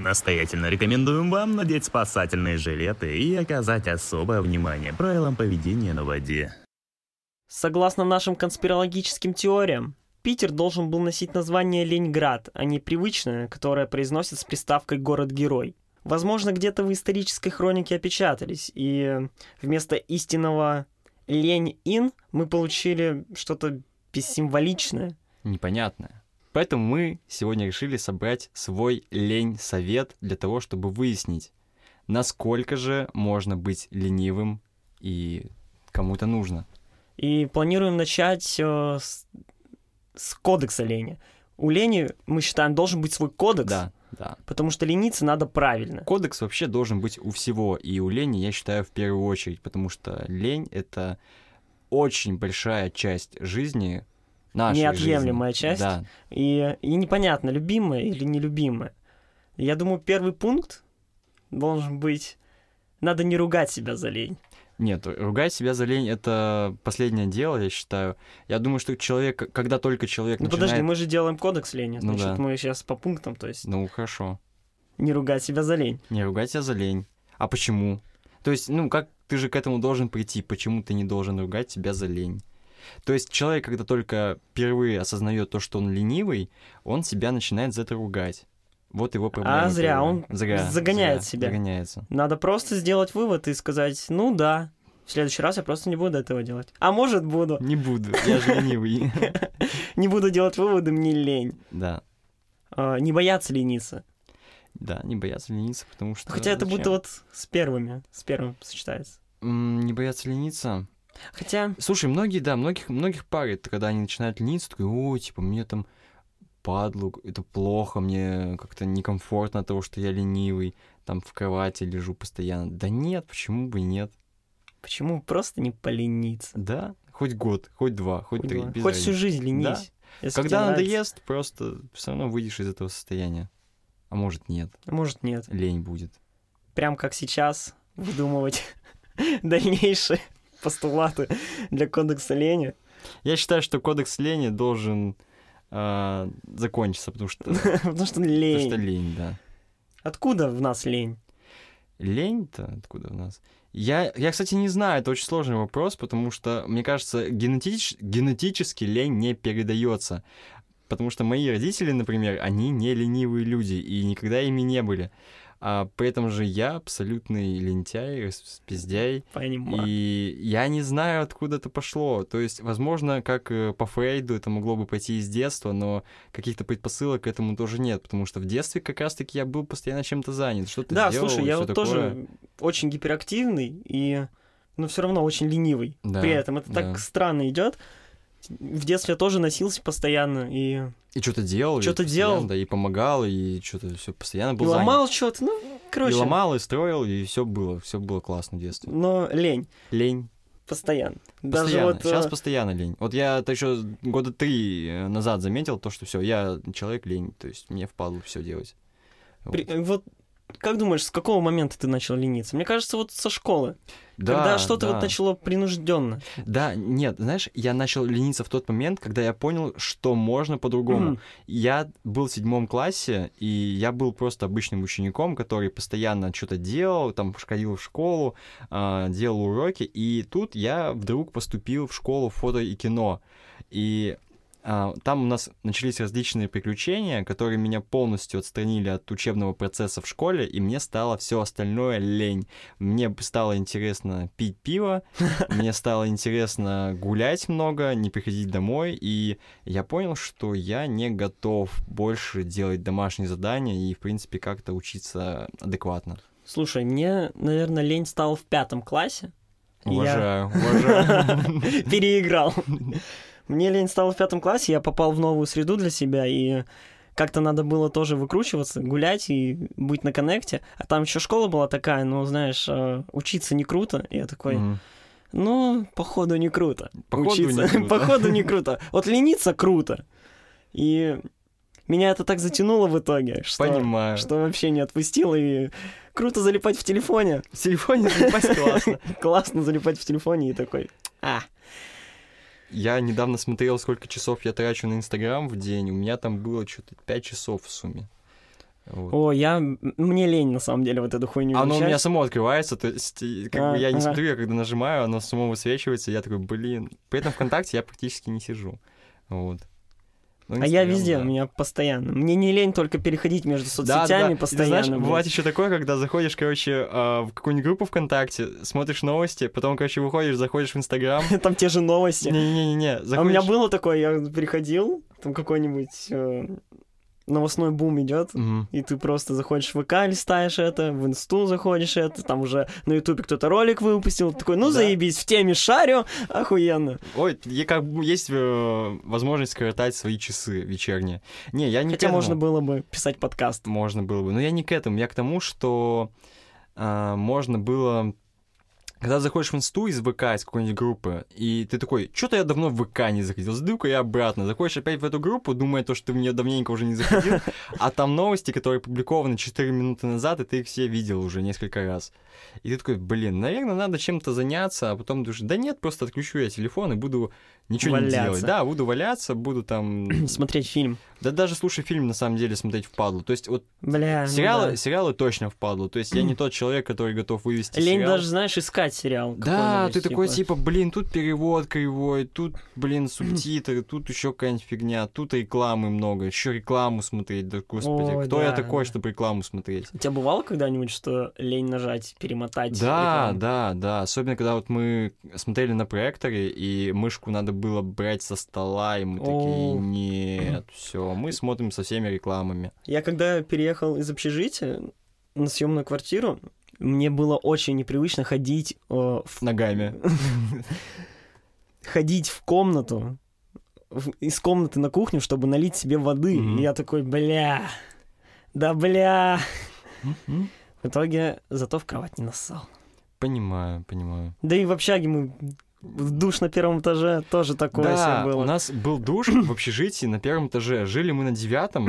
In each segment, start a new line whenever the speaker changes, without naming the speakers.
Настоятельно рекомендуем вам надеть спасательные жилеты и оказать особое внимание правилам поведения на воде.
Согласно нашим конспирологическим теориям, Питер должен был носить название Ленинград, а не привычное, которое произносит с приставкой «город-герой». Возможно, где-то в исторической хронике опечатались, и вместо истинного «лень-ин» мы получили что-то бессимволичное.
Непонятное. Поэтому мы сегодня решили собрать свой лень-совет для того, чтобы выяснить, насколько же можно быть ленивым и кому это нужно.
И планируем начать э, с, с кодекса лени. У лени, мы считаем, должен быть свой кодекс.
Да, да.
Потому что лениться надо правильно.
Кодекс вообще должен быть у всего, и у лени, я считаю, в первую очередь, потому что лень — это очень большая часть жизни, нашей
Неотъемлемая
жизни.
часть.
Да,
И, и непонятно, любимая или нелюбимая. Я думаю, первый пункт должен быть... Надо не ругать себя за лень.
Нет, ругать себя за лень это последнее дело, я считаю. Я думаю, что человек, когда только человек
Ну
начинает...
подожди, мы же делаем кодекс лени.
Ну
Значит,
да.
мы сейчас по пунктам, то есть
Ну хорошо.
не ругать себя за лень.
Не ругать себя за лень. А почему? То есть, ну как ты же к этому должен прийти? Почему ты не должен ругать себя за лень? То есть человек, когда только впервые осознает то, что он ленивый, он себя начинает за это ругать. Вот его проблема.
А, зря,
первая.
он загоняет себя.
Загоняется.
Надо просто сделать вывод и сказать, ну да, в следующий раз я просто не буду этого делать. А может буду.
Не буду, я же ленивый.
Не буду делать выводы, мне лень.
Да,
А, Не бояться лениться.
да, не бояться лениться, потому что...
Хотя это
А, зачем?
будто вот с первыми, с первым сочетается.
М, Не бояться лениться?
Хотя,
Слушай, многие, да, многих, многих парит, когда они начинают лениться, такой, о, типа, мне там падлу, это плохо, мне как-то некомфортно от того, что я ленивый, там в кровати лежу постоянно. Да нет, почему бы и нет?
почему просто не полениться?
Да, хоть год, хоть два, хоть, три,
Хоть
без
хоть всю
разницы.
жизнь ленись. если
Когда
тебе нравится.
надоест, просто все равно выйдешь из этого состояния. А может нет,
А Может, нет.
лень будет.
Прям как сейчас выдумывать дальнейшие постулаты для кодекса лени.
Я считаю, что кодекс лени должен а, закончиться, потому что, потому
Потому что
что
лень.
лень, да.
Откуда в нас лень?
Лень-то откуда у нас? Я, я, кстати, не знаю, это очень сложный вопрос, потому что, мне кажется, генетич, генетически лень не передается. Потому что мои родители, например, они не ленивые люди и никогда ими не были. А при этом же я абсолютный лентяй, спиздяй.
Понимаю.
И я не знаю, откуда это пошло. То есть, возможно, как э, по Фрейду это могло бы пойти из детства, но каких-то предпосылок к этому тоже нет, потому что в детстве как раз-таки я был постоянно чем-то занят. Что-то
Да,
делал,
слушай, я
всё
вот
такое.
тоже очень гиперактивный и, но все равно очень ленивый.
Да,
При этом это так
да.
странно идет. В детстве я тоже носился постоянно и,
И что-то делал. и
Чё-то
постоянно,
делал.
Да, и помогал, и что-то все постоянно
и
был занят.
ломал что-то. Ну, короче,
И ломал, и строил, и все было. Все было классно в детстве.
но лень
Лень.
постоянно. Даже
Постоянно.
вот э,
Сейчас постоянно лень. Вот я это еще года три э, назад заметил, то, что все, я человек лень, то есть мне впадло все делать.
при- э, вот как думаешь, с какого момента ты начал лениться? Мне кажется, вот со школы.
Да,
когда что-то
да.
вот начало принужденно.
Да, нет, знаешь, я начал лениться в тот момент, когда я понял, что можно по-другому. Я был в седьмом классе, и я был просто обычным учеником, который постоянно что-то делал, там ходил в школу, а, делал уроки, и тут я вдруг поступил в школу фото и кино. И а, там у нас начались различные приключения, которые меня полностью отстранили от учебного процесса в школе, и мне стало все остальное лень. Мне стало интересно пить пиво, мне стало интересно гулять много, не приходить домой, и я понял, что я не готов больше делать домашние задания и, в принципе, как-то учиться адекватно.
Слушай, мне, наверное, лень стала в пятом классе. Я-
Уважаю, уважаю.
Переиграл. Мне лень стало в пятом классе, я попал в новую среду для себя, и как-то надо было тоже выкручиваться, гулять и быть на коннекте. А там еще школа была такая, ну, знаешь, э, учиться не круто. И я такой,
Мгм.
ну, походу не круто.
Походу
учиться.
не круто.
походу не круто. Вот лениться круто. И меня это так затянуло в итоге, что,
Понимаю.
что вообще не отпустило. И круто залипать в телефоне.
В телефоне залипать классно.
Классно залипать в телефоне и такой, а,
Я недавно смотрел, сколько часов я трачу на Инстаграм в день. У меня там было что-то 5 часов в сумме. Вот.
О, я... Мне лень, на самом деле, вот эту хуйню
Оно у
изучать.
меня само открывается, то есть и как бы я не
А, Ага.
смотрю, я когда нажимаю, оно само высвечивается, и я такой, блин. При этом ВКонтакте я практически не сижу. Вот. Ну,
А я
Инстаграм,
везде,
да.
у меня постоянно. Мне не лень только переходить между
Да, да,
соцсетями
да. И
постоянно.
Ты знаешь,
блин.
бывает еще такое, когда заходишь, короче, а, в какую-нибудь группу ВКонтакте, смотришь новости, потом, короче, выходишь, заходишь в Инстаграм.
Там те же новости.
Не-не-не,
А у меня
заходишь...
было такое, я переходил, там какой-нибудь э, новостной бум идет,
Мгм.
и ты просто заходишь в ВК, листаешь это, в инсту заходишь это, там уже на ютубе кто-то ролик выпустил, ты такой, ну
Да.
заебись, в теме шарю, охуенно.
Ой, е- как бы есть э, возможность скоротать свои часы вечерние. Не, я не к
Хотя
этому.
можно было бы писать подкаст.
Можно было бы. Но я не к этому. Я к тому, что а, можно было... Когда заходишь в инсту из ВК, из какой-нибудь группы, и ты такой, что-то я давно в ВК не заходил, зайду-ка я обратно. Заходишь опять в эту группу, думая то, что ты в нее давненько уже не заходил, а там новости, которые опубликованы 4 минуты назад, и ты их все видел уже несколько раз. И ты такой, блин, наверное, надо чем-то заняться, а потом думаешь, да нет, просто отключу я телефон и буду ничего
Валяться.
не делать. Да, буду валяться, буду там...
Смотреть фильм.
Да даже слушай фильм, на самом деле, смотреть впадлу. То есть вот
Бля, ну
Сериалы,
да.
сериалы точно впадло. То есть я не тот человек, который готов вывести
Лень
сериал.
даже, знаешь, искать сериал.
Да,
какой-нибудь,
ты такой
типа.
типа, блин, тут перевод кривой, тут, блин, субтитры, тут еще какая-нибудь фигня, тут рекламы много, еще рекламу смотреть, да господи,
Ой,
кто я
да,
такой,
да.
чтобы рекламу смотреть?
У тебя бывало когда-нибудь, что лень нажать, перемотать?
Да,
рекламу?
да, да. Особенно когда вот мы смотрели на проекторе, и мышку надо было брать со стола, и мы такие,
О.
нет, все, мы смотрим со всеми рекламами.
Я когда переехал из общежития на съемную квартиру, мне было очень непривычно ходить, э, в,
Ногами.
ходить в комнату, в- из комнаты на кухню, чтобы налить себе воды.
Мгм.
И я такой, бля, да бля.
Мгм.
В итоге зато в кровать не нассал.
Понимаю, понимаю.
Да и в общаге мы в душ на первом этаже тоже такое
Да,
себе было.
у нас был душ в общежитии на первом этаже. Жили мы на девятом,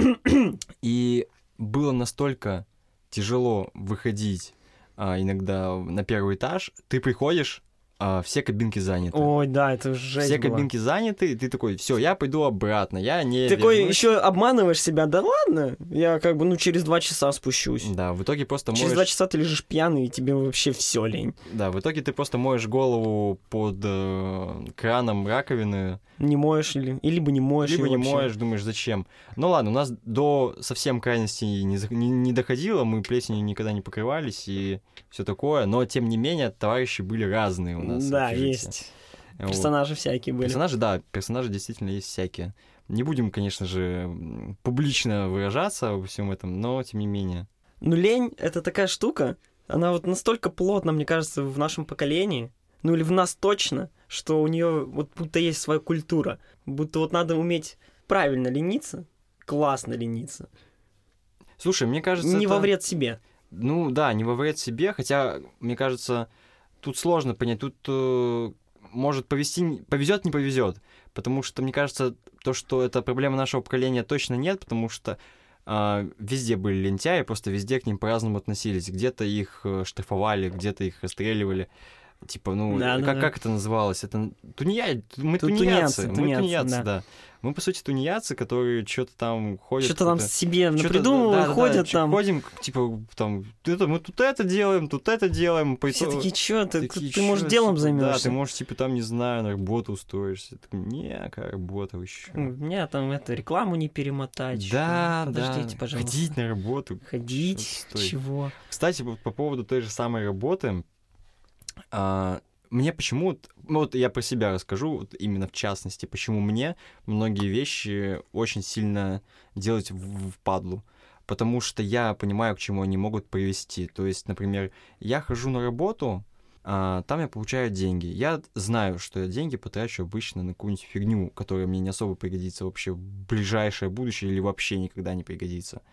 и было настолько тяжело выходить а, иногда на первый этаж. Ты приходишь, а, все кабинки заняты.
Ой, да, это жесть
все
была.
кабинки заняты, и ты такой, все, я пойду обратно, я не
Ты такой
вернусь».
еще обманываешь себя, да ладно, я как бы, ну, через два часа спущусь.
Да, в итоге просто
Через
моешь-
два часа ты лежишь пьяный, и тебе вообще все лень.
Да, в итоге ты просто моешь голову под э, краном раковины,
Не моешь или... И либо не моешь.
Либо
её
не
вообще.
моешь, думаешь, зачем. Ну ладно, у нас до совсем крайности не, зах- не- не доходило, мы плесенью никогда не покрывались и все такое, но тем не менее товарищи были разные у нас. в
Да,
общежитии.
есть.
Вот.
Персонажи всякие были.
Персонажи, да, персонажи действительно есть всякие. Не будем, конечно же, м, публично выражаться обо всем этом, но тем не менее.
Ну, лень — это такая штука, она вот настолько плотна, мне кажется, в нашем поколении, ну или в нас точно, что у нее вот будто есть своя культура. Будто вот надо уметь правильно лениться, классно лениться.
Слушай, мне кажется,
не
это-
во вред себе.
Ну да, не во вред себе, хотя, мне кажется, тут сложно понять, тут э, может повести, повезет, не повезет, потому что, мне кажется, то, что это проблема нашего поколения, точно нет, потому что а, везде были лентяи, просто везде к ним по-разному относились, где-то их э, штрафовали, где-то их расстреливали, типа, ну,
Да, да,
как,
да.
как это называлось? Это тунеядцы, мы
Ту-
тунеядцы,
тунеядцы,
мы
тунеядцы,
тунеядцы,
да.
да. Мы, по сути, тунеядцы, которые что-то там ходят.
Что-то там
какой-то-
себе
Чё-то,
придумывают,
да-да-да,
ходят
чё-
там.
Ходим, к- типа, там, это, мы тут это делаем, тут это делаем. По
Все
итогу-
такие, что ты,
такие,
ты,
«Чё,
может,
типа,
делом
Да, ты
займешься?
можешь, типа, там, не знаю, на работу устроишься. Я такой, Не, какая работа еще.
У меня там это рекламу не перемотать.
да,
что-то.
да.
Подождите, пожалуйста.
Ходить на работу.
Ходить?
Что-то стоит.
Чего?
Кстати, вот по поводу той же самой работы, а, мне почему, ну, вот я про себя расскажу, вот именно в частности, почему мне многие вещи очень сильно делать в, в падлу. Потому что я понимаю, к чему они могут привести. То есть, например, я хожу на работу, а, там я получаю деньги. Я знаю, что я деньги потрачу обычно на какую-нибудь фигню, которая мне не особо пригодится вообще в ближайшее будущее или вообще никогда не пригодится.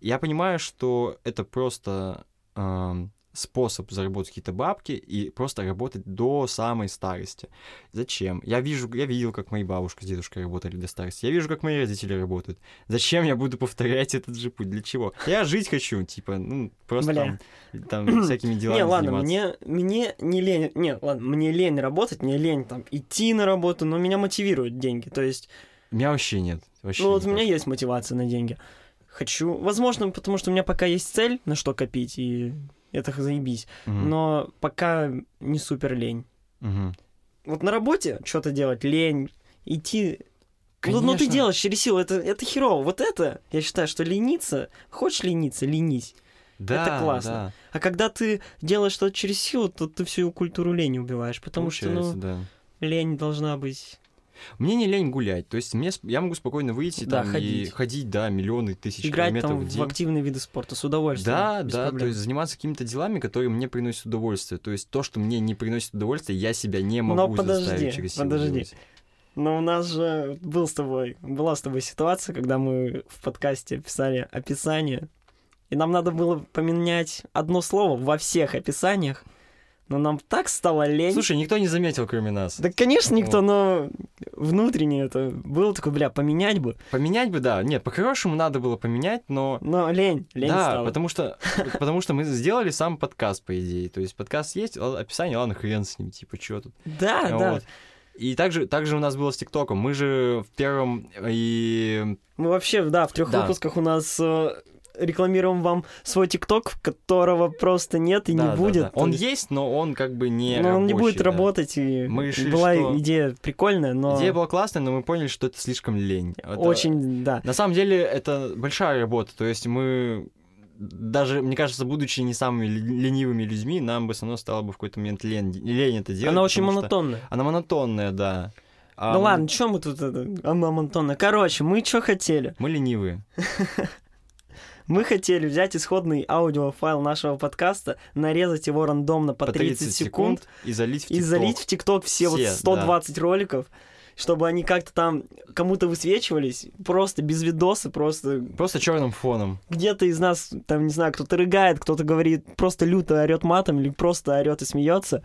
Я понимаю, что это просто эм, способ заработать какие-то бабки и просто работать до самой старости. Зачем? Я вижу, я видел, как мои бабушка с дедушкой работали до старости. Я вижу, как мои родители работают. Зачем я буду повторять этот же путь? Для чего? Я жить хочу, типа, ну, просто
Бля.
там, там всякими делами
не, ладно,
заниматься.
мне, мне не лень. Не, ладно, мне лень работать, мне лень там идти на работу, но меня мотивируют деньги. То есть,
У меня вообще нет. Вообще
ну
не
вот у меня
так.
есть мотивация на деньги. Хочу. Возможно, потому что у меня пока есть цель, на что копить, и это заебись.
Мгм.
Но пока не супер лень.
Мгм.
Вот на работе что-то делать, лень, идти... Ну, ну, ты
Конечно.
делаешь через силу, это, это херово. Вот это, я считаю, что лениться, хочешь лениться, ленись.
Да,
Это классно.
да,
А когда ты делаешь что-то через силу, то ты всю культуру лени убиваешь, потому что,
получается,
ну,
да.
лень должна быть...
Мне не лень гулять, то есть мне, сп- я могу спокойно выйти
Да,
там и
ходить.
ходить, да, миллионы тысяч
Играть
километров
там
в
в
день.
активные виды спорта с удовольствием.
Да,
без
да, то
проблем.
есть заниматься какими-то делами, которые мне приносят удовольствие. То есть то, что мне не приносит удовольствие, я себя не
Но
могу
подожди,
заставить через силу
подожди.
делать.
Но у нас же был с тобой, была с тобой ситуация, когда мы в подкасте писали описание, и нам надо было поменять одно слово во всех описаниях, но нам так стало лень.
Слушай, никто не заметил, кроме нас.
да, конечно, никто, но внутренне это было такое, бля, поменять бы,
Поменять бы, да. Нет, по-хорошему надо было поменять, но...
но лень, лень
да,
стала.
потому что, потому что мы сделали сам подкаст, по идее. То есть подкаст есть, л- описание, ладно, хрен с ним, типа, чего тут.
Да, А, да.
Вот. И также, также у нас было с ТикТоком. Мы же в первом и...
Мы вообще, да, в трех
Да.
выпусках у нас э, рекламируем вам свой ТикТок, которого просто нет и
Да, да,
не будет.
да. Он
То есть-
есть, но он как бы не
Но он не будет
рабочий, да.
работать, и
Мы решили,
была
что-
идея прикольная, но
Идея была классная, но мы поняли, что это слишком лень. Это-
очень, да.
На самом деле, это большая работа. То есть мы даже, мне кажется, будучи не самыми ле- ленивыми людьми, нам бы все равно стало бы в какой-то момент лень, лень это делать.
Она очень
потому что-
монотонная.
Она монотонная, да.
Да
А мы-
Ну ладно, что мы тут... это, Она монотонная. Короче, мы что хотели?
Мы ленивые.
Мы хотели взять исходный аудиофайл нашего подкаста, нарезать его рандомно по, 30, секунд,
и залить в
и
TikTok.
залить в ТикТок все, вот
Все,
120 роликов, чтобы они как-то там кому-то высвечивались, просто без видоса, просто
Просто черным фоном.
где-то из нас, там, не знаю, кто-то рыгает, кто-то говорит, просто люто орет матом или просто орет и смеется.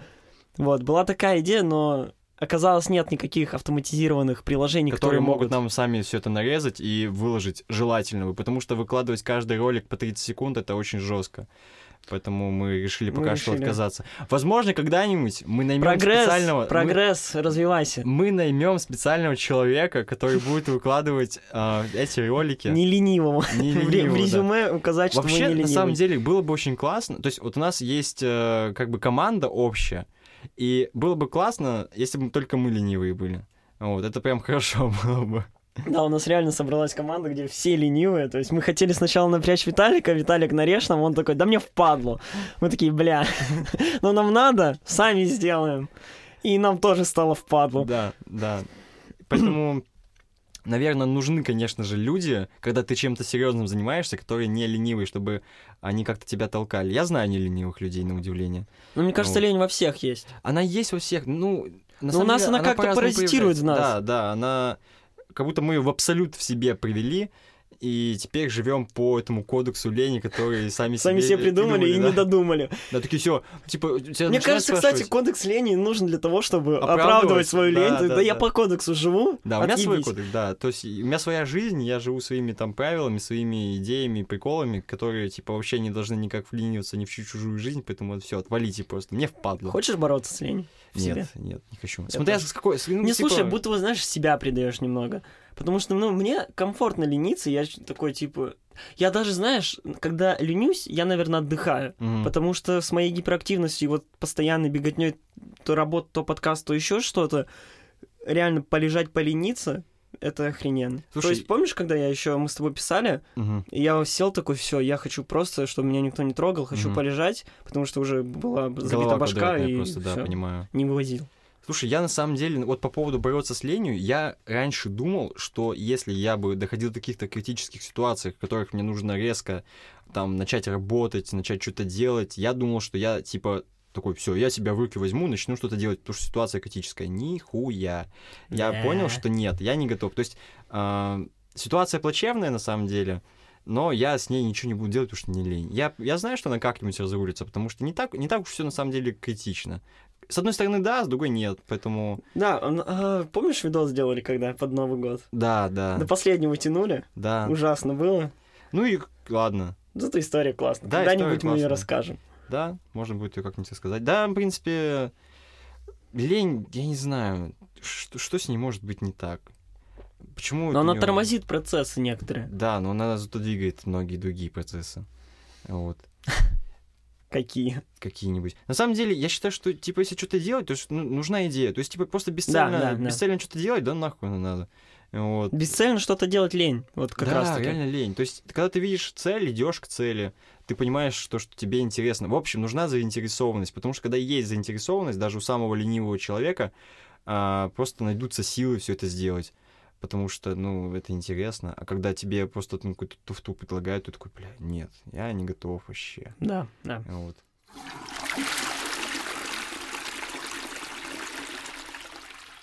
Вот, была такая идея, но оказалось, нет никаких автоматизированных приложений,
которые
которые,
могут нам сами все это нарезать и выложить желательно бы, потому что выкладывать каждый ролик по 30 секунд это очень жестко. Поэтому мы решили
Мы
пока что
решили.
отказаться. Возможно, когда-нибудь мы наймем
Прогресс,
специального. мы-
прогресс, развивайся.
Мы, наймем специального человека, который будет выкладывать а, эти ролики.
Не ленивому.
Не
В ре- в
ленивого, да.
резюме указать, что
Вообще,
вы не
на самом
ленивый.
деле, было бы очень классно. То есть, вот у нас есть э, как бы команда общая, и было бы классно, если бы только мы ленивые были. Вот, это прям хорошо было бы.
Да, у нас реально собралась команда, где все ленивые. То есть мы хотели сначала напрячь Виталика, Виталик нарежь нам, он такой, да мне впадло. Мы такие, бля, но нам надо, сами сделаем. И нам тоже стало впадло.
Да, да. Поэтому, наверное, нужны, конечно же, люди, когда ты чем-то серьезным занимаешься, которые не ленивые, чтобы они как-то тебя толкали. Я знаю не ленивых людей, на удивление.
Ну, мне кажется,
Вот.
лень во всех есть.
Она есть у всех, ну... на
Но
самом
у нас
деле,
она как-то
по-разному
паразитирует в
проявляется.
нас.
Да, да, она... Как будто мы ее в абсолют в себе привели, и теперь живем по этому кодексу лени, который сами,
Сами себе придумали и не
да.
додумали.
Да, такие все, типа, тебя
Мне
начинают
кажется, кстати,
спрашивать.
кодекс лени нужен для того, чтобы
Оправдывать.
оправдывать свою
Да,
лень.
да,
Да, я
да.
по кодексу живу.
Да, у меня свой
отъебись.
кодекс, да. То есть у меня своя жизнь, я живу своими там правилами, своими идеями, приколами, которые, типа, вообще не должны никак вклиниваться ни в чью- чужую жизнь, поэтому все, отвалите просто. Мне впадло.
Хочешь бороться с ленью? в
нет,
себе?
нет, не хочу. Смотря
тоже.
с какой... с- ну,
Не
типа,
слушай, будто бы, знаешь, себя предаешь немного. Потому что, ну, мне комфортно лениться, я ч- такой, типа... Я даже, знаешь, когда ленюсь, я, наверное, отдыхаю.
Мгм.
Потому что с моей гиперактивностью, и вот постоянной беготней, то работа, то подкаст, то еще что-то, реально полежать, полениться, это охрененно.
Слушай,
то есть, помнишь, когда я еще, мы с тобой писали,
Мгм.
и я сел такой, все, я хочу просто, чтобы меня никто не трогал, хочу
Мгм.
полежать, потому что уже была забита
Голова
башка,
квадратная
и
просто, да,
всё,
понимаю.
не вывозил.
Слушай, я на самом деле, вот по поводу бороться с ленью, я раньше думал, что если я бы доходил до каких-то критических ситуаций, в которых мне нужно резко там начать работать, начать что-то делать, я думал, что я типа такой, все, я себя в руки возьму, начну что-то делать, потому что ситуация критическая. Нихуя. Я
Да.
понял, что нет, я не готов. То есть а, ситуация плачевная на самом деле, но я с ней ничего не буду делать, потому что не лень. Я, я знаю, что она как-нибудь разрулится, потому что не так, не так уж все на самом деле критично. С одной стороны, да, с другой нет, поэтому...
Да, он- а, помнишь видос сделали, когда под Новый год?
Да, да,
До последнего тянули,
да.
ужасно было.
Ну и ладно,
Зато история классная.
Да,
Когда-нибудь
история
мы ее
классная.
расскажем.
да, можно будет ее как-нибудь рассказать. Да, в принципе, лень, я не знаю, что, что с ней может быть не так. Почему...
Но
это
она
не-
тормозит процессы некоторые.
Да, но она зато двигает многие другие процессы. Вот.
Какие?
какие-нибудь. На самом деле, я считаю, что, типа, если что-то делать, то есть, ну, нужна идея. То есть, типа, просто бесцельно,
да, да.
бесцельно что-то делать, да нахуй оно надо. Вот.
Бесцельно что-то делать лень. Вот как
да,
раз таки.
реально лень. То есть, когда ты видишь цель, идешь к цели, ты понимаешь то, что тебе интересно. В общем, нужна заинтересованность, потому что когда есть заинтересованность, даже у самого ленивого человека а, просто найдутся силы все это сделать. Потому что, ну, это интересно. А когда тебе просто ну, какую-то туфту предлагают, ты такой, бля, нет, я не готов вообще.
Да, да.
Вот.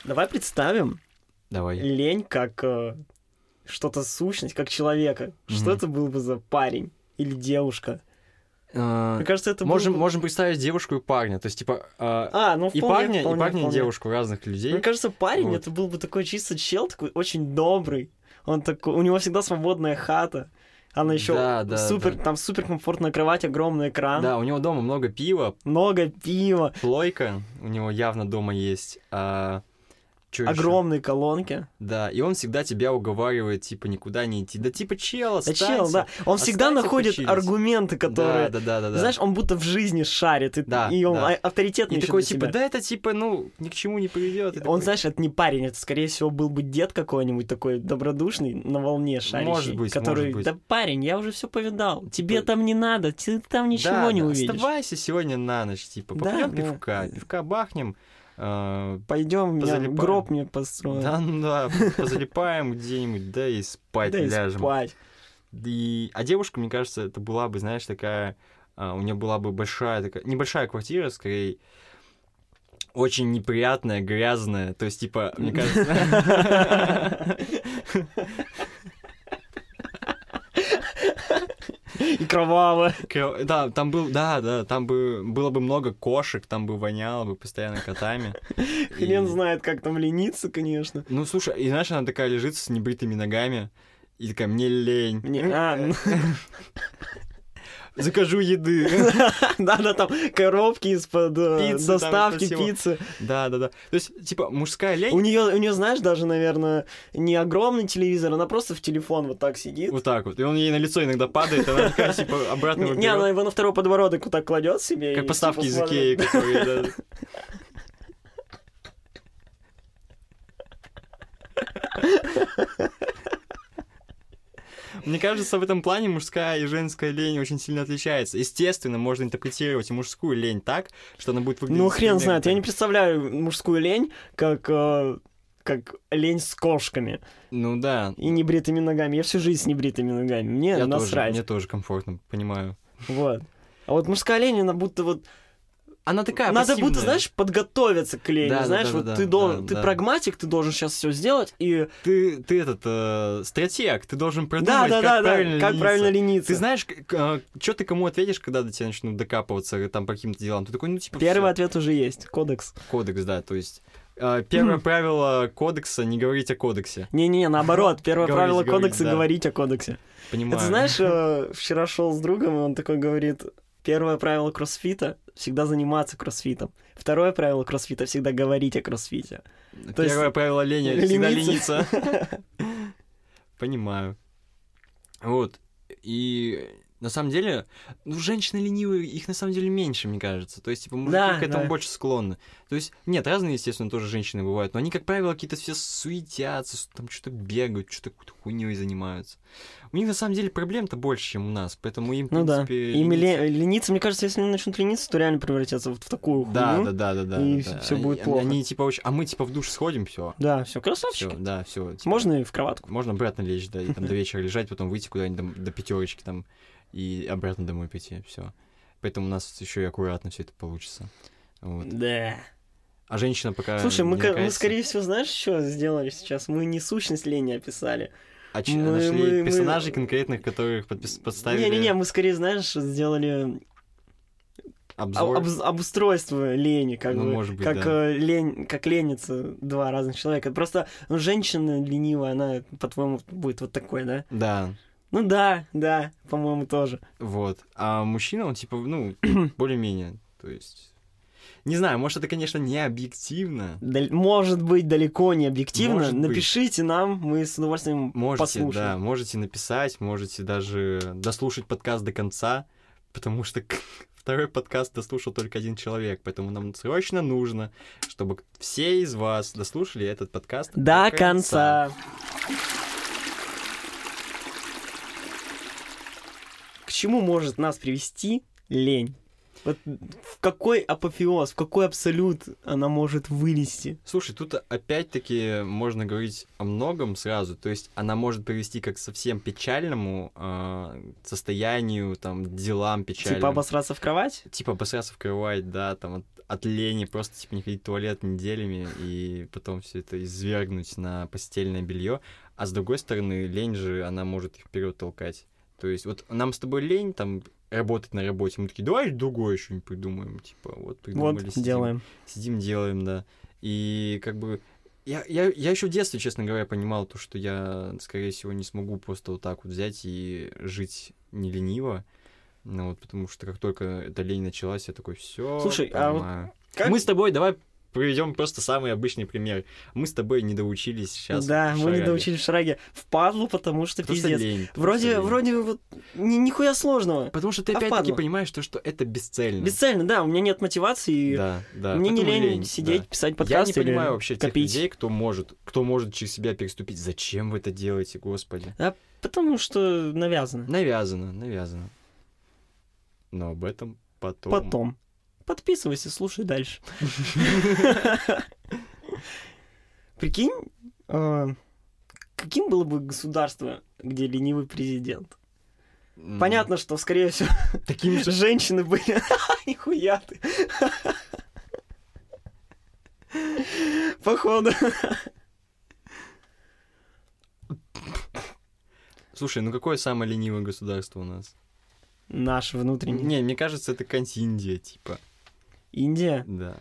Давай представим
Давай.
лень как э, что-то сущность, как человека. Что
Мгм.
это был бы за парень или девушка?
А,
Мне кажется, это был
Можем,
бы-
можем представить девушку и парня. То есть, типа, а,
А, ну
и
вполне, вполне,
парня, и парня, и
вполне.
девушку разных людей.
Мне кажется, парень
Вот.
это был бы такой чисто чел, такой очень добрый. Он такой, у него всегда свободная хата. Она еще
Да, да,
супер,
да.
там супер комфортная кровать, огромный экран,
Да, у него дома много пива,
много пива,
плойка у него явно дома есть. А... чё ещё?
огромные колонки.
Да, и он всегда тебя уговаривает, типа, никуда не идти. Да типа, чел,
Да
останься.
чел, да. Он всегда
останься
находит
почилить.
аргументы, которые.
а Да, да, да, да, да.
Знаешь, он будто в жизни шарит, и,
Да,
и он
да.
а- авторитетный
и
ещё
такой,
для
типа,
себя.
да это, типа, ну, ни к чему не приведет.
Он, знаешь, это не парень, это, скорее всего, был бы дед какой-нибудь такой добродушный, на волне шарящий.
Может быть,
который,
может быть.
да парень, я уже все повидал, тебе
Типа-
там не надо, ты там ничего не увидишь.
Оставайся сегодня на ночь, типа,
Да,
попьем
да.
пивка, пивка бахнем, а,
Пойдем, меня
Позалипаем.
гроб мне построят.
Да, ну да, позалипаем где-нибудь, да и спать
Да и
ляжем.
спать.
И... А девушка, мне кажется, это была бы, знаешь, такая... а, у нее была бы большая такая... Небольшая квартира, скорее, очень неприятная, грязная. То есть, типа, мне кажется...
И кроваво.
Кра- Да, там был, да, да, там бы было бы много кошек, там бы воняло бы постоянно котами. И-
Хрен знает, как там лениться, конечно.
Ну, слушай, и знаешь, она такая лежит с небритыми ногами, и такая, мне лень.
Мне... а, ну,
Э. Закажу еды.
да, да, там коробки из-под э,
Пиццы там,
доставки
из-под всего.
пиццы.
Да, да, да. То есть, типа, мужская
У
лень
нее, у нее, знаешь, даже, наверное, не огромный телевизор, она просто в телефон вот так сидит.
вот так вот. И он ей на лицо иногда падает, и она такая, типа, обратно его
Не, не,
берёт.
она его на второй подбородок вот так кладет себе.
Как
и,
поставки
типа,
из
смотрит.
Икеи, которые, да. Мне кажется, в этом плане мужская и женская лень очень сильно отличается. Естественно, можно интерпретировать и мужскую лень так, что она будет выглядеть...
Ну, хрен
примерно
знает, я
так.
не представляю мужскую лень как, э, как лень с кошками
Ну да.
и небритыми ногами. Я всю жизнь с небритыми ногами. Мне
Я тоже,
насрать.
мне тоже комфортно, понимаю.
Вот. А вот мужская лень, она будто вот...
Она такая
надо будто,
пассивная.
знаешь, подготовиться к лени.
Да, да,
знаешь,
да,
вот
да,
ты
да,
должен... ты
да.
прагматик, ты должен сейчас все сделать и...
Ты, ты этот, э, стратег, ты должен продумать,
Да, да,
как
да, да,
правильно
как
лениться.
правильно лениться.
Ты знаешь, что ты кому ответишь, когда до тебя начнут докапываться э, там по каким-то делам? Ты такой, ну, типа,
Первый
всё,
ответ уже есть. Кодекс.
кодекс, да, то есть... э, Первое правило кодекса — не говорить о кодексе.
Не-не, наоборот. Первое
Говорить,
правило
говорить,
кодекса —
да.
говорить о кодексе.
Понимаю.
Это знаешь, э, вчера шел с другом, и он такой говорит, первое правило кроссфита — всегда заниматься кроссфитом. Второе правило кроссфита — всегда говорить о кроссфите. то есть-
Первое правило лени — всегда
Лениться.
лениться. Понимаю. Вот. И на самом деле, ну, женщины ленивые, их на самом деле меньше, мне кажется. То есть, типа, мужики
Да,
к этому
да.
больше склонны. То есть, нет, разные, естественно, тоже женщины бывают, но они, как правило, какие-то все суетятся, с- там что-то бегают, что-то какой-то хуйней занимаются. У них, на самом деле, проблем-то больше, чем у нас, поэтому им, в
Ну да.
принципе,
Им
лениться-
ле- лениться, мне кажется, если они начнут лениться, то реально превратятся вот в такую хуйню.
Да, да, да, да, да.
ну, и
да.
всё
Они-
будет
они-
плохо.
Они, типа, очень... А мы, типа, в душ сходим, все.
Да, все, красавчики.
Все, да, все.
Можно и в кроватку.
Можно обратно лечь, да, и там до вечера лежать, потом выйти куда-нибудь дом- до пятерочки там и обратно домой прийти, все. Поэтому у нас еще и аккуратно все это получится. Вот.
Да.
А женщина пока.
Слушай, мы,
не
ка- мы
накается.
скорее всего, знаешь, что сделали сейчас? Мы не сущность лени описали.
А ч-
мы-
нашли
мы- мы-
персонажей конкретных, которых подпис- подставили
Не-не-не, а мы скорее, знаешь, сделали
обзор.
об- обз- обустройство лени, как
Ну,
бы.
может быть,
как,
да.
э, лень, как ленится два разных человека. Просто ну, женщина ленивая, она, по-твоему, будет вот такой, да?
Да.
Ну да, да, по-моему, тоже.
Вот. А мужчина, он типа, ну, более-менее. То есть. Не знаю, может, это, конечно, не объективно.
Даль- Может быть, далеко не объективно.
Может быть.
Напишите нам, мы с удовольствием
Можете, да,
послушаем.
можете написать, можете даже дослушать подкаст до конца, потому что второй подкаст дослушал только один человек, поэтому нам срочно нужно, чтобы все из вас дослушали этот подкаст
До конца. К чему может нас привести лень? Вот в какой апофеоз, в какой абсолют она может вылезти?
Слушай, тут опять-таки можно говорить о многом сразу. То есть она может привести как к совсем печальному а, состоянию, там, делам печальным.
Типа обосраться в кровать?
Типа обосраться в кровать, да, там, от, от лени, просто, типа, не ходить в туалет неделями и потом все это извергнуть на постельное белье. А с другой стороны, лень же, она может их вперед толкать. То есть вот нам с тобой лень, там, работать на работе. Мы такие, давай другое что-нибудь придумаем. Типа, вот придумали.
Вот,
сидим.
делаем.
Сидим, делаем, да. И как бы я, я, я еще в детстве, честно говоря, понимал то, что я, скорее всего, не смогу просто вот так вот взять и жить не лениво. Ну вот, потому что как только эта лень началась, я такой, все.
Слушай, а вот как-
Мы с тобой давай приведем просто самый обычный пример. Мы с тобой не доучились сейчас.
да, мы не доучились в шараге. Впадлу, потому что
Потому что
пиздец.
лень, потому
вроде,
что лень.
вроде вот ни- нихуя сложного.
Потому что ты
А
опять-таки
впадло.
понимаешь, то, что это бесцельно.
Бесцельно, да, у меня нет мотивации.
Да, да.
Мне не
поэтому
лень,
лень,
сидеть,
да.
писать
Я
подкасты
не понимаю вообще тех
копить.
людей, кто может, кто может через себя переступить. Зачем вы это делаете, господи?
Потому что навязано.
Навязано, навязано. Но об этом потом.
Потом. Подписывайся, слушай дальше. Прикинь, э, каким было бы государство, где ленивый президент?
М,
Понятно, что, скорее всего,
Таким же.
женщины были... Нихуя ты. Походу.
Слушай, ну какое самое ленивое государство у нас?
Наш внутренний.
Не, мне кажется, это какая-нибудь Индия, типа.
Индия.
Да.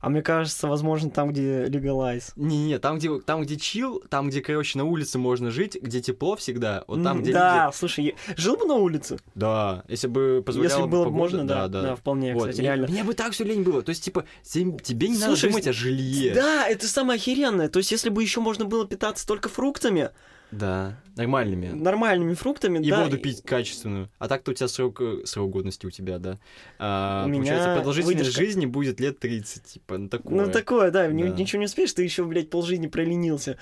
А мне кажется, возможно, там, где легалайз.
Не, не, там где, там где чил, там где, короче, на улице можно жить, где тепло всегда, вот там где.
Да, слушай, я- жил бы на улице,
люди- Да. Если бы позволяло.
если
бы
было бы
погода,
можно, да,
да,
да, вполне,
Вот,
кстати,
мне,
реально.
мне бы так все лень было. То есть, типа, тем- тебе не надо
Слушай,
думать о жилье.
Да, это самое охеренное. То есть, если бы еще можно было питаться только фруктами,
Да, нормальными.
нормальными фруктами,
И
Ну да.
воду пить качественную. А так-то у тебя срок, э, срок годности у тебя, да. А,
У меня
получается, продолжительность
выдержка.
жизни будет лет 30, типа, ну такое.
Ну такое, да, ни-
Да.
ничего не успеешь, ты еще, блядь, полжизни проленился.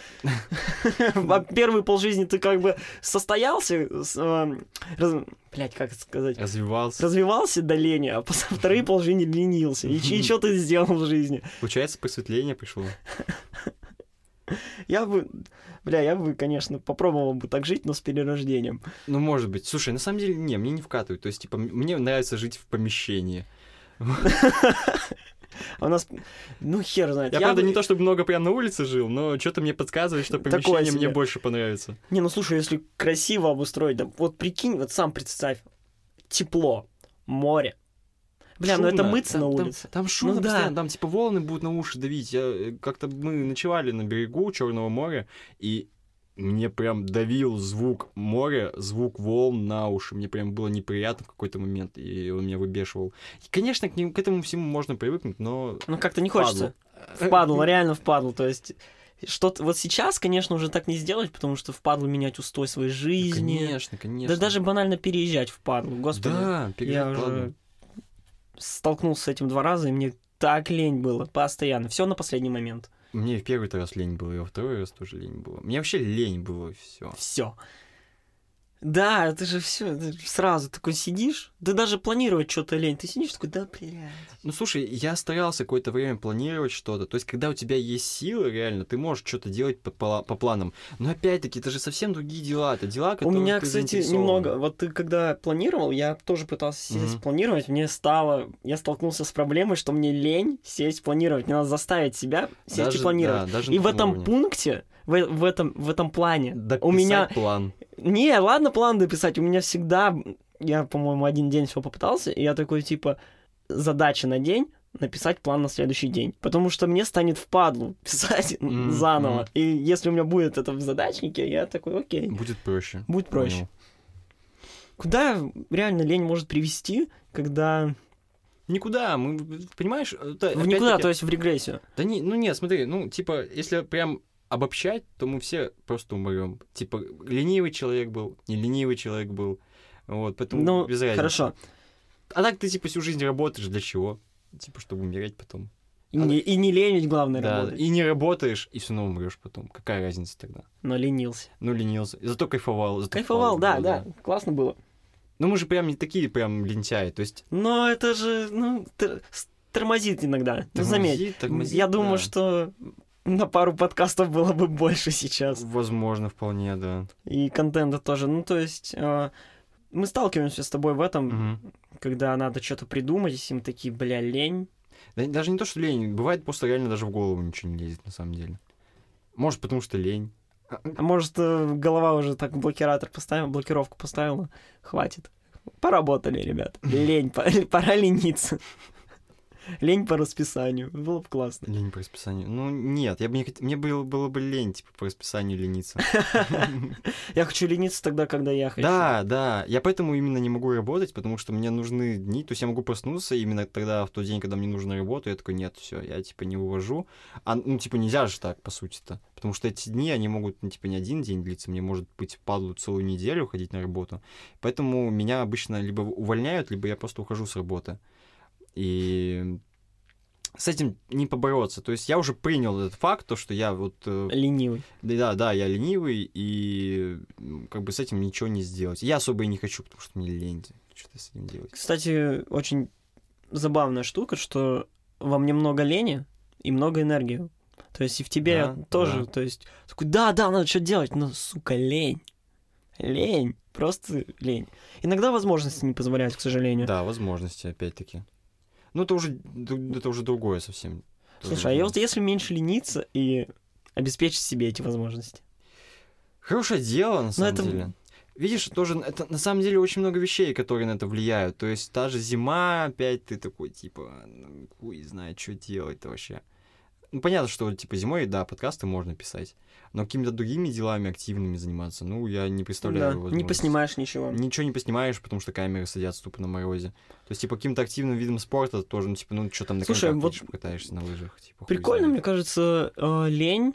А Первые полжизни ты как бы состоялся, с, эм, раз- блядь, как это сказать,
Развивался.
развивался до лени, а пос- вторые полжизни ленился. И что ты сделал в жизни?
Получается, просветление пришло.
Я бы, бля, я бы, конечно, попробовал бы так жить, но с перерождением.
Ну, может быть. Слушай, на самом деле, не, мне не вкатывают. То есть, типа, м- мне нравится жить в помещении.
А у нас, ну хер знает.
Я, правда,
бы-
не то чтобы много прям на улице жил, но что-то мне подсказывает, что
Такое
помещение мне
себе.
больше понравится.
Не, ну слушай, если красиво обустроить, да, вот прикинь, вот сам представь, тепло, море. Бля, ну это
Шумно.
мыться
Там-
на
там-
улице. Ну
Там, шумно
да.
постоянно, там типа волны будут на уши давить. Я, э, как-то мы ночевали на берегу Черного моря, и мне прям давил звук моря, звук волн на уши. Мне прям было неприятно в какой-то момент, и он меня выбешивал. И, конечно, к, ним- к этому всему можно привыкнуть, но... Э,
Ну как-то не хочется.
падлу.
Впадло, реально впадло, то есть... Что-то вот сейчас, конечно, уже так не сделать, потому что впадло менять устой своей жизни.
Конечно, конечно.
Да даже банально переезжать впадло, господи.
Да,
я
переезд падлу.
уже столкнулся с этим два раза, и мне так лень было постоянно. Все на последний момент.
Мне в первый раз лень было, и во второй раз тоже лень было. Мне вообще лень было, все.
Все. Да, это же все сразу такой сидишь. Да даже планировать что-то лень. Ты сидишь такой, да, блядь.
Ну, слушай, я старался какое-то время планировать что-то. То есть, когда у тебя есть силы, реально, ты можешь что-то делать по, пла- по планам. Но опять-таки, это же совсем другие дела. Это дела,
У
которые...
меня,
ты
кстати,
заинтересован.
немного. Вот ты когда планировал, я тоже пытался сесть
Мгм.
планировать. Мне стало. Я столкнулся с проблемой, что мне лень сесть планировать. Мне надо заставить себя сесть
Даже-
и планировать.
да, даже
и
на
в
таком
этом
уровне.
пункте, в, в этом, в этом плане, у
Дописать
меня
план.
Не, ладно, план дописать. У меня всегда. Я, по-моему, один день всего попытался, и я такой, типа, задача на день написать план на следующий день. Потому что мне станет впадлу писать
Мгм,
заново.
мгм.
И если у меня будет это в задачнике, я такой, окей,
Будет проще.
будет проще.
Понял.
Куда реально лень может привести, когда
Никуда, мы, понимаешь? это
В Ну, никуда,
Э, опять-таки-
то есть в регрессию.
Да не, ну нет, смотри, ну, типа, если прям обобщать, то мы все просто умрем. Типа, ленивый человек был, не ленивый человек был. Вот, поэтому
Ну,
без разницы.
хорошо.
А так ты, типа, всю жизнь работаешь, для чего? Типа, чтобы умереть потом.
И не, и не лень ведь главное
А Да,
работать.
И не работаешь, и все равно умрешь потом. Какая разница тогда?
Но ленился.
Ну, ленился. Зато кайфовал. зато
Кайфовал,
классно
да,
было,
да, классно было.
Ну, мы же прям не такие прям лентяи, то есть...
Но это же, ну, тор- с- тормозит иногда. Ну, заметь.
тормозит, тормозит,
Я думаю,
да.
что на пару подкастов было бы больше сейчас.
Возможно, вполне, да.
И контента тоже. Ну, то есть, э, мы сталкиваемся с тобой в этом,
Мгм.
когда надо что-то придумать, и мы такие, бля, лень.
Да даже не то, что лень, бывает просто реально даже в голову ничего не лезет, на самом деле. Может, потому что лень.
А может, э, голова уже так блокиратор поставила, блокировку поставила? Хватит. Поработали, ребят. Лень, по- пора лениться. Лень по расписанию. Было бы классно.
Лень по расписанию. Ну, нет, я бы не хот- мне было, было бы лень, типа, по расписанию лениться.
Я хочу лениться тогда, когда я хочу.
Да, да, я поэтому именно не могу работать, потому что мне нужны дни, то есть я могу проснуться именно тогда, в тот день, когда мне нужна работа, я такой, нет, все, я, типа, не увожу. А, ну, типа, нельзя же так, по сути-то, потому что эти дни, они могут, ну, типа, не один день длиться, мне, может быть, падлу целую неделю ходить на работу, поэтому меня обычно либо увольняют, либо я просто ухожу с работы. И с этим не побороться. То есть я уже принял этот факт, то, что я вот э,
Ленивый.
да, да, да, я ленивый, и м, как бы с этим ничего не сделать. Я особо и не хочу, потому что мне лень что-то с этим делать.
Кстати, очень забавная штука, что во мне много лени и много энергии. То есть и в тебе
Да,
тоже,
да.
то есть такой, да, да, надо что делать, но, сука, лень. Лень. Просто лень. Иногда возможности не позволяют, к сожалению.
Да, возможности, опять-таки. Ну, это уже, ду- это уже другое совсем. Это уже
Слушай, а
другое.
вот если меньше лениться и обеспечить себе эти возможности?
Хорошее дело, на
Ну,
самом
это-
деле. Видишь, тоже н- это на самом деле очень много вещей, которые на это влияют. То есть та же зима, опять ты такой, типа, ну, хуй знает, что делать-то вообще. Ну, понятно, что, типа, зимой, да, подкасты можно писать, но какими-то другими делами активными заниматься, ну, я не представляю
Да, не
возможности.
поснимаешь ничего.
Ничего не поснимаешь, потому что камеры садятся тупо на морозе. То есть, типа, каким-то активным видом спорта тоже, ну, типа, ну, что там на
Слушай,
коньках
вот
едешь, катаешься на лыжах. Типа, хуй
Прикольно,
знает.
мне кажется, э, лень.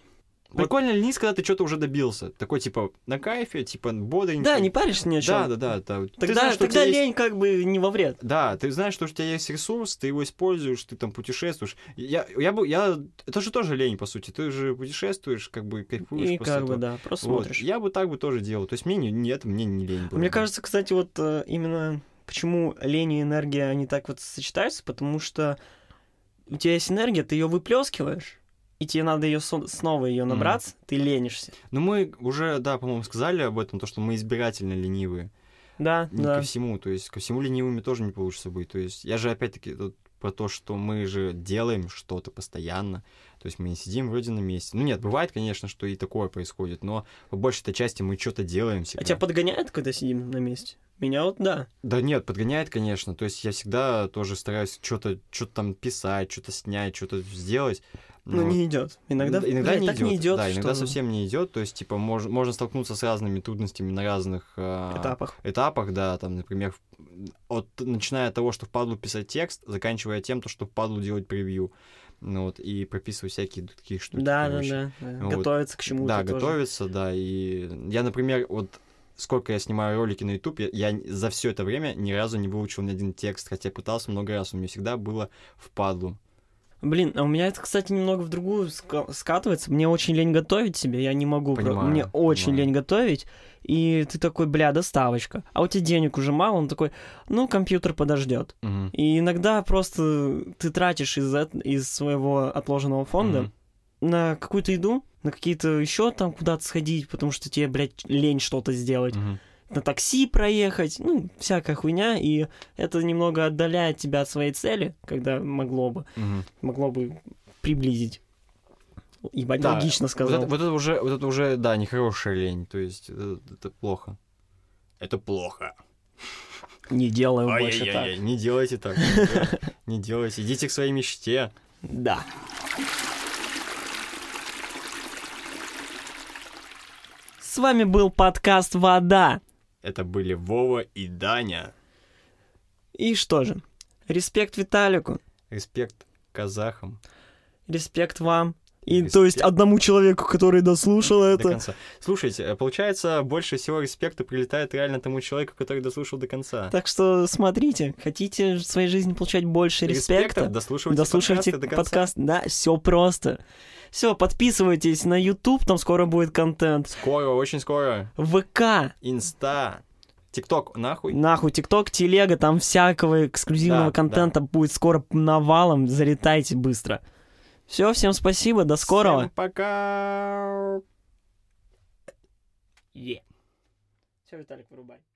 Прикольно линись, когда ты что-то уже добился. Такой, типа, на кайфе, типа, бодренький.
Да, не паришься ни о чем.
Да, да, да. да. Ты
Тогда,
знаешь, что у
тогда
тебя есть-
лень как бы не во вред.
Да, ты знаешь, что у тебя есть ресурс, ты его используешь, ты там путешествуешь. Я, я, бы- я, это же тоже лень, по сути. Ты же путешествуешь, как бы кайфуешь
И
после
как бы,
этого.
да, просто
Вот.
смотришь.
Я бы так бы тоже делал. То есть мне не- нет, мне не лень. было
Мне
бы.
кажется, кстати, вот э, именно почему лень и энергия, они так вот сочетаются, потому что у тебя есть энергия, ты ее выплескиваешь, и тебе надо ее снова ее
Мгм.
набраться, ты ленишься.
Ну, мы уже, да, по-моему, сказали об этом, то, что мы избирательно ленивые.
Да,
Не
да.
ко всему, то есть ко всему ленивыми тоже не получится быть. То есть я же опять-таки тут про то, что мы же делаем что-то постоянно, то есть мы не сидим вроде на месте. Ну нет, бывает, конечно, что и такое происходит, но по большей-то части мы что-то делаем всегда.
А тебя подгоняет, когда сидим на месте? Меня вот да.
Да нет, подгоняет, конечно, то есть я всегда тоже стараюсь что-то что там писать, что-то снять, что-то сделать.
Ну,
но-
не идет. Иногда,
Да, иногда
блин,
не
так
идет.
не идет.
да, иногда
что
совсем не идет, то есть типа мож- можно столкнуться с разными трудностями на разных
в
а,
этапах.
этапах, да, там, например, в- от, начиная от того, что впадлу писать текст, заканчивая тем, то, что впадлу делать превью, ну вот, и прописывать всякие такие штуки.
Да, да,
короче.
да, да.
А, Вот.
Готовиться к чему-то
Да,
тоже.
готовиться, да, и я, например, вот сколько я снимаю ролики на YouTube, я, я за все это время ни разу не выучил ни один текст, хотя пытался много раз, у меня всегда было впадлу.
Блин, а у меня это, кстати, немного в другую ска- скатывается. Мне очень лень готовить себе, я не могу. про-
Понимаю,
Мне очень
понимаю.
лень готовить. И ты такой, бля, доставочка. А у тебя денег уже мало, он такой, ну, компьютер подождет.
Мгм.
И иногда просто ты тратишь из, эт- из своего отложенного фонда
Мгм.
на какую-то еду, на какие-то еще там куда-то сходить, потому что тебе, блядь, лень что-то сделать
Мгм.
на такси проехать, ну, всякая хуйня, и это немного отдаляет тебя от своей цели, когда могло бы,
Мгм.
могло бы приблизить. Ебать,
Да,
логично
Вот
сказал.
это, вот это уже, вот это уже, да, нехорошая лень, то есть это, это плохо. Это плохо.
Не делаем Ну, больше так.
Ай-яй-яй, не делайте так. Не делайте. Идите к своей мечте.
Да. С вами был подкаст «Вода».
Это были Вова и Даня.
И что же? Респект Виталику.
Респект казахам.
Респект вам. И
Респект.
то есть одному человеку, который дослушал
До
это.
конца. Слушайте, э, получается, больше всего респекта прилетает реально тому человеку, который дослушал до конца.
Так что смотрите, хотите в своей жизни получать больше респекта,
дослушивайте,
дослушайте
подкасты до конца.
подкаст. Да, все просто. Все, подписывайтесь на YouTube, там скоро будет контент.
Скоро, очень скоро.
ВК,
Инста, ТикТок, нахуй.
нахуй, ТикТок, Телега, там всякого эксклюзивного
Да,
контента будет скоро навалом, залетайте быстро. Все, всем спасибо, до скорого.
Всем пока.
Все, Виталик, вырубай.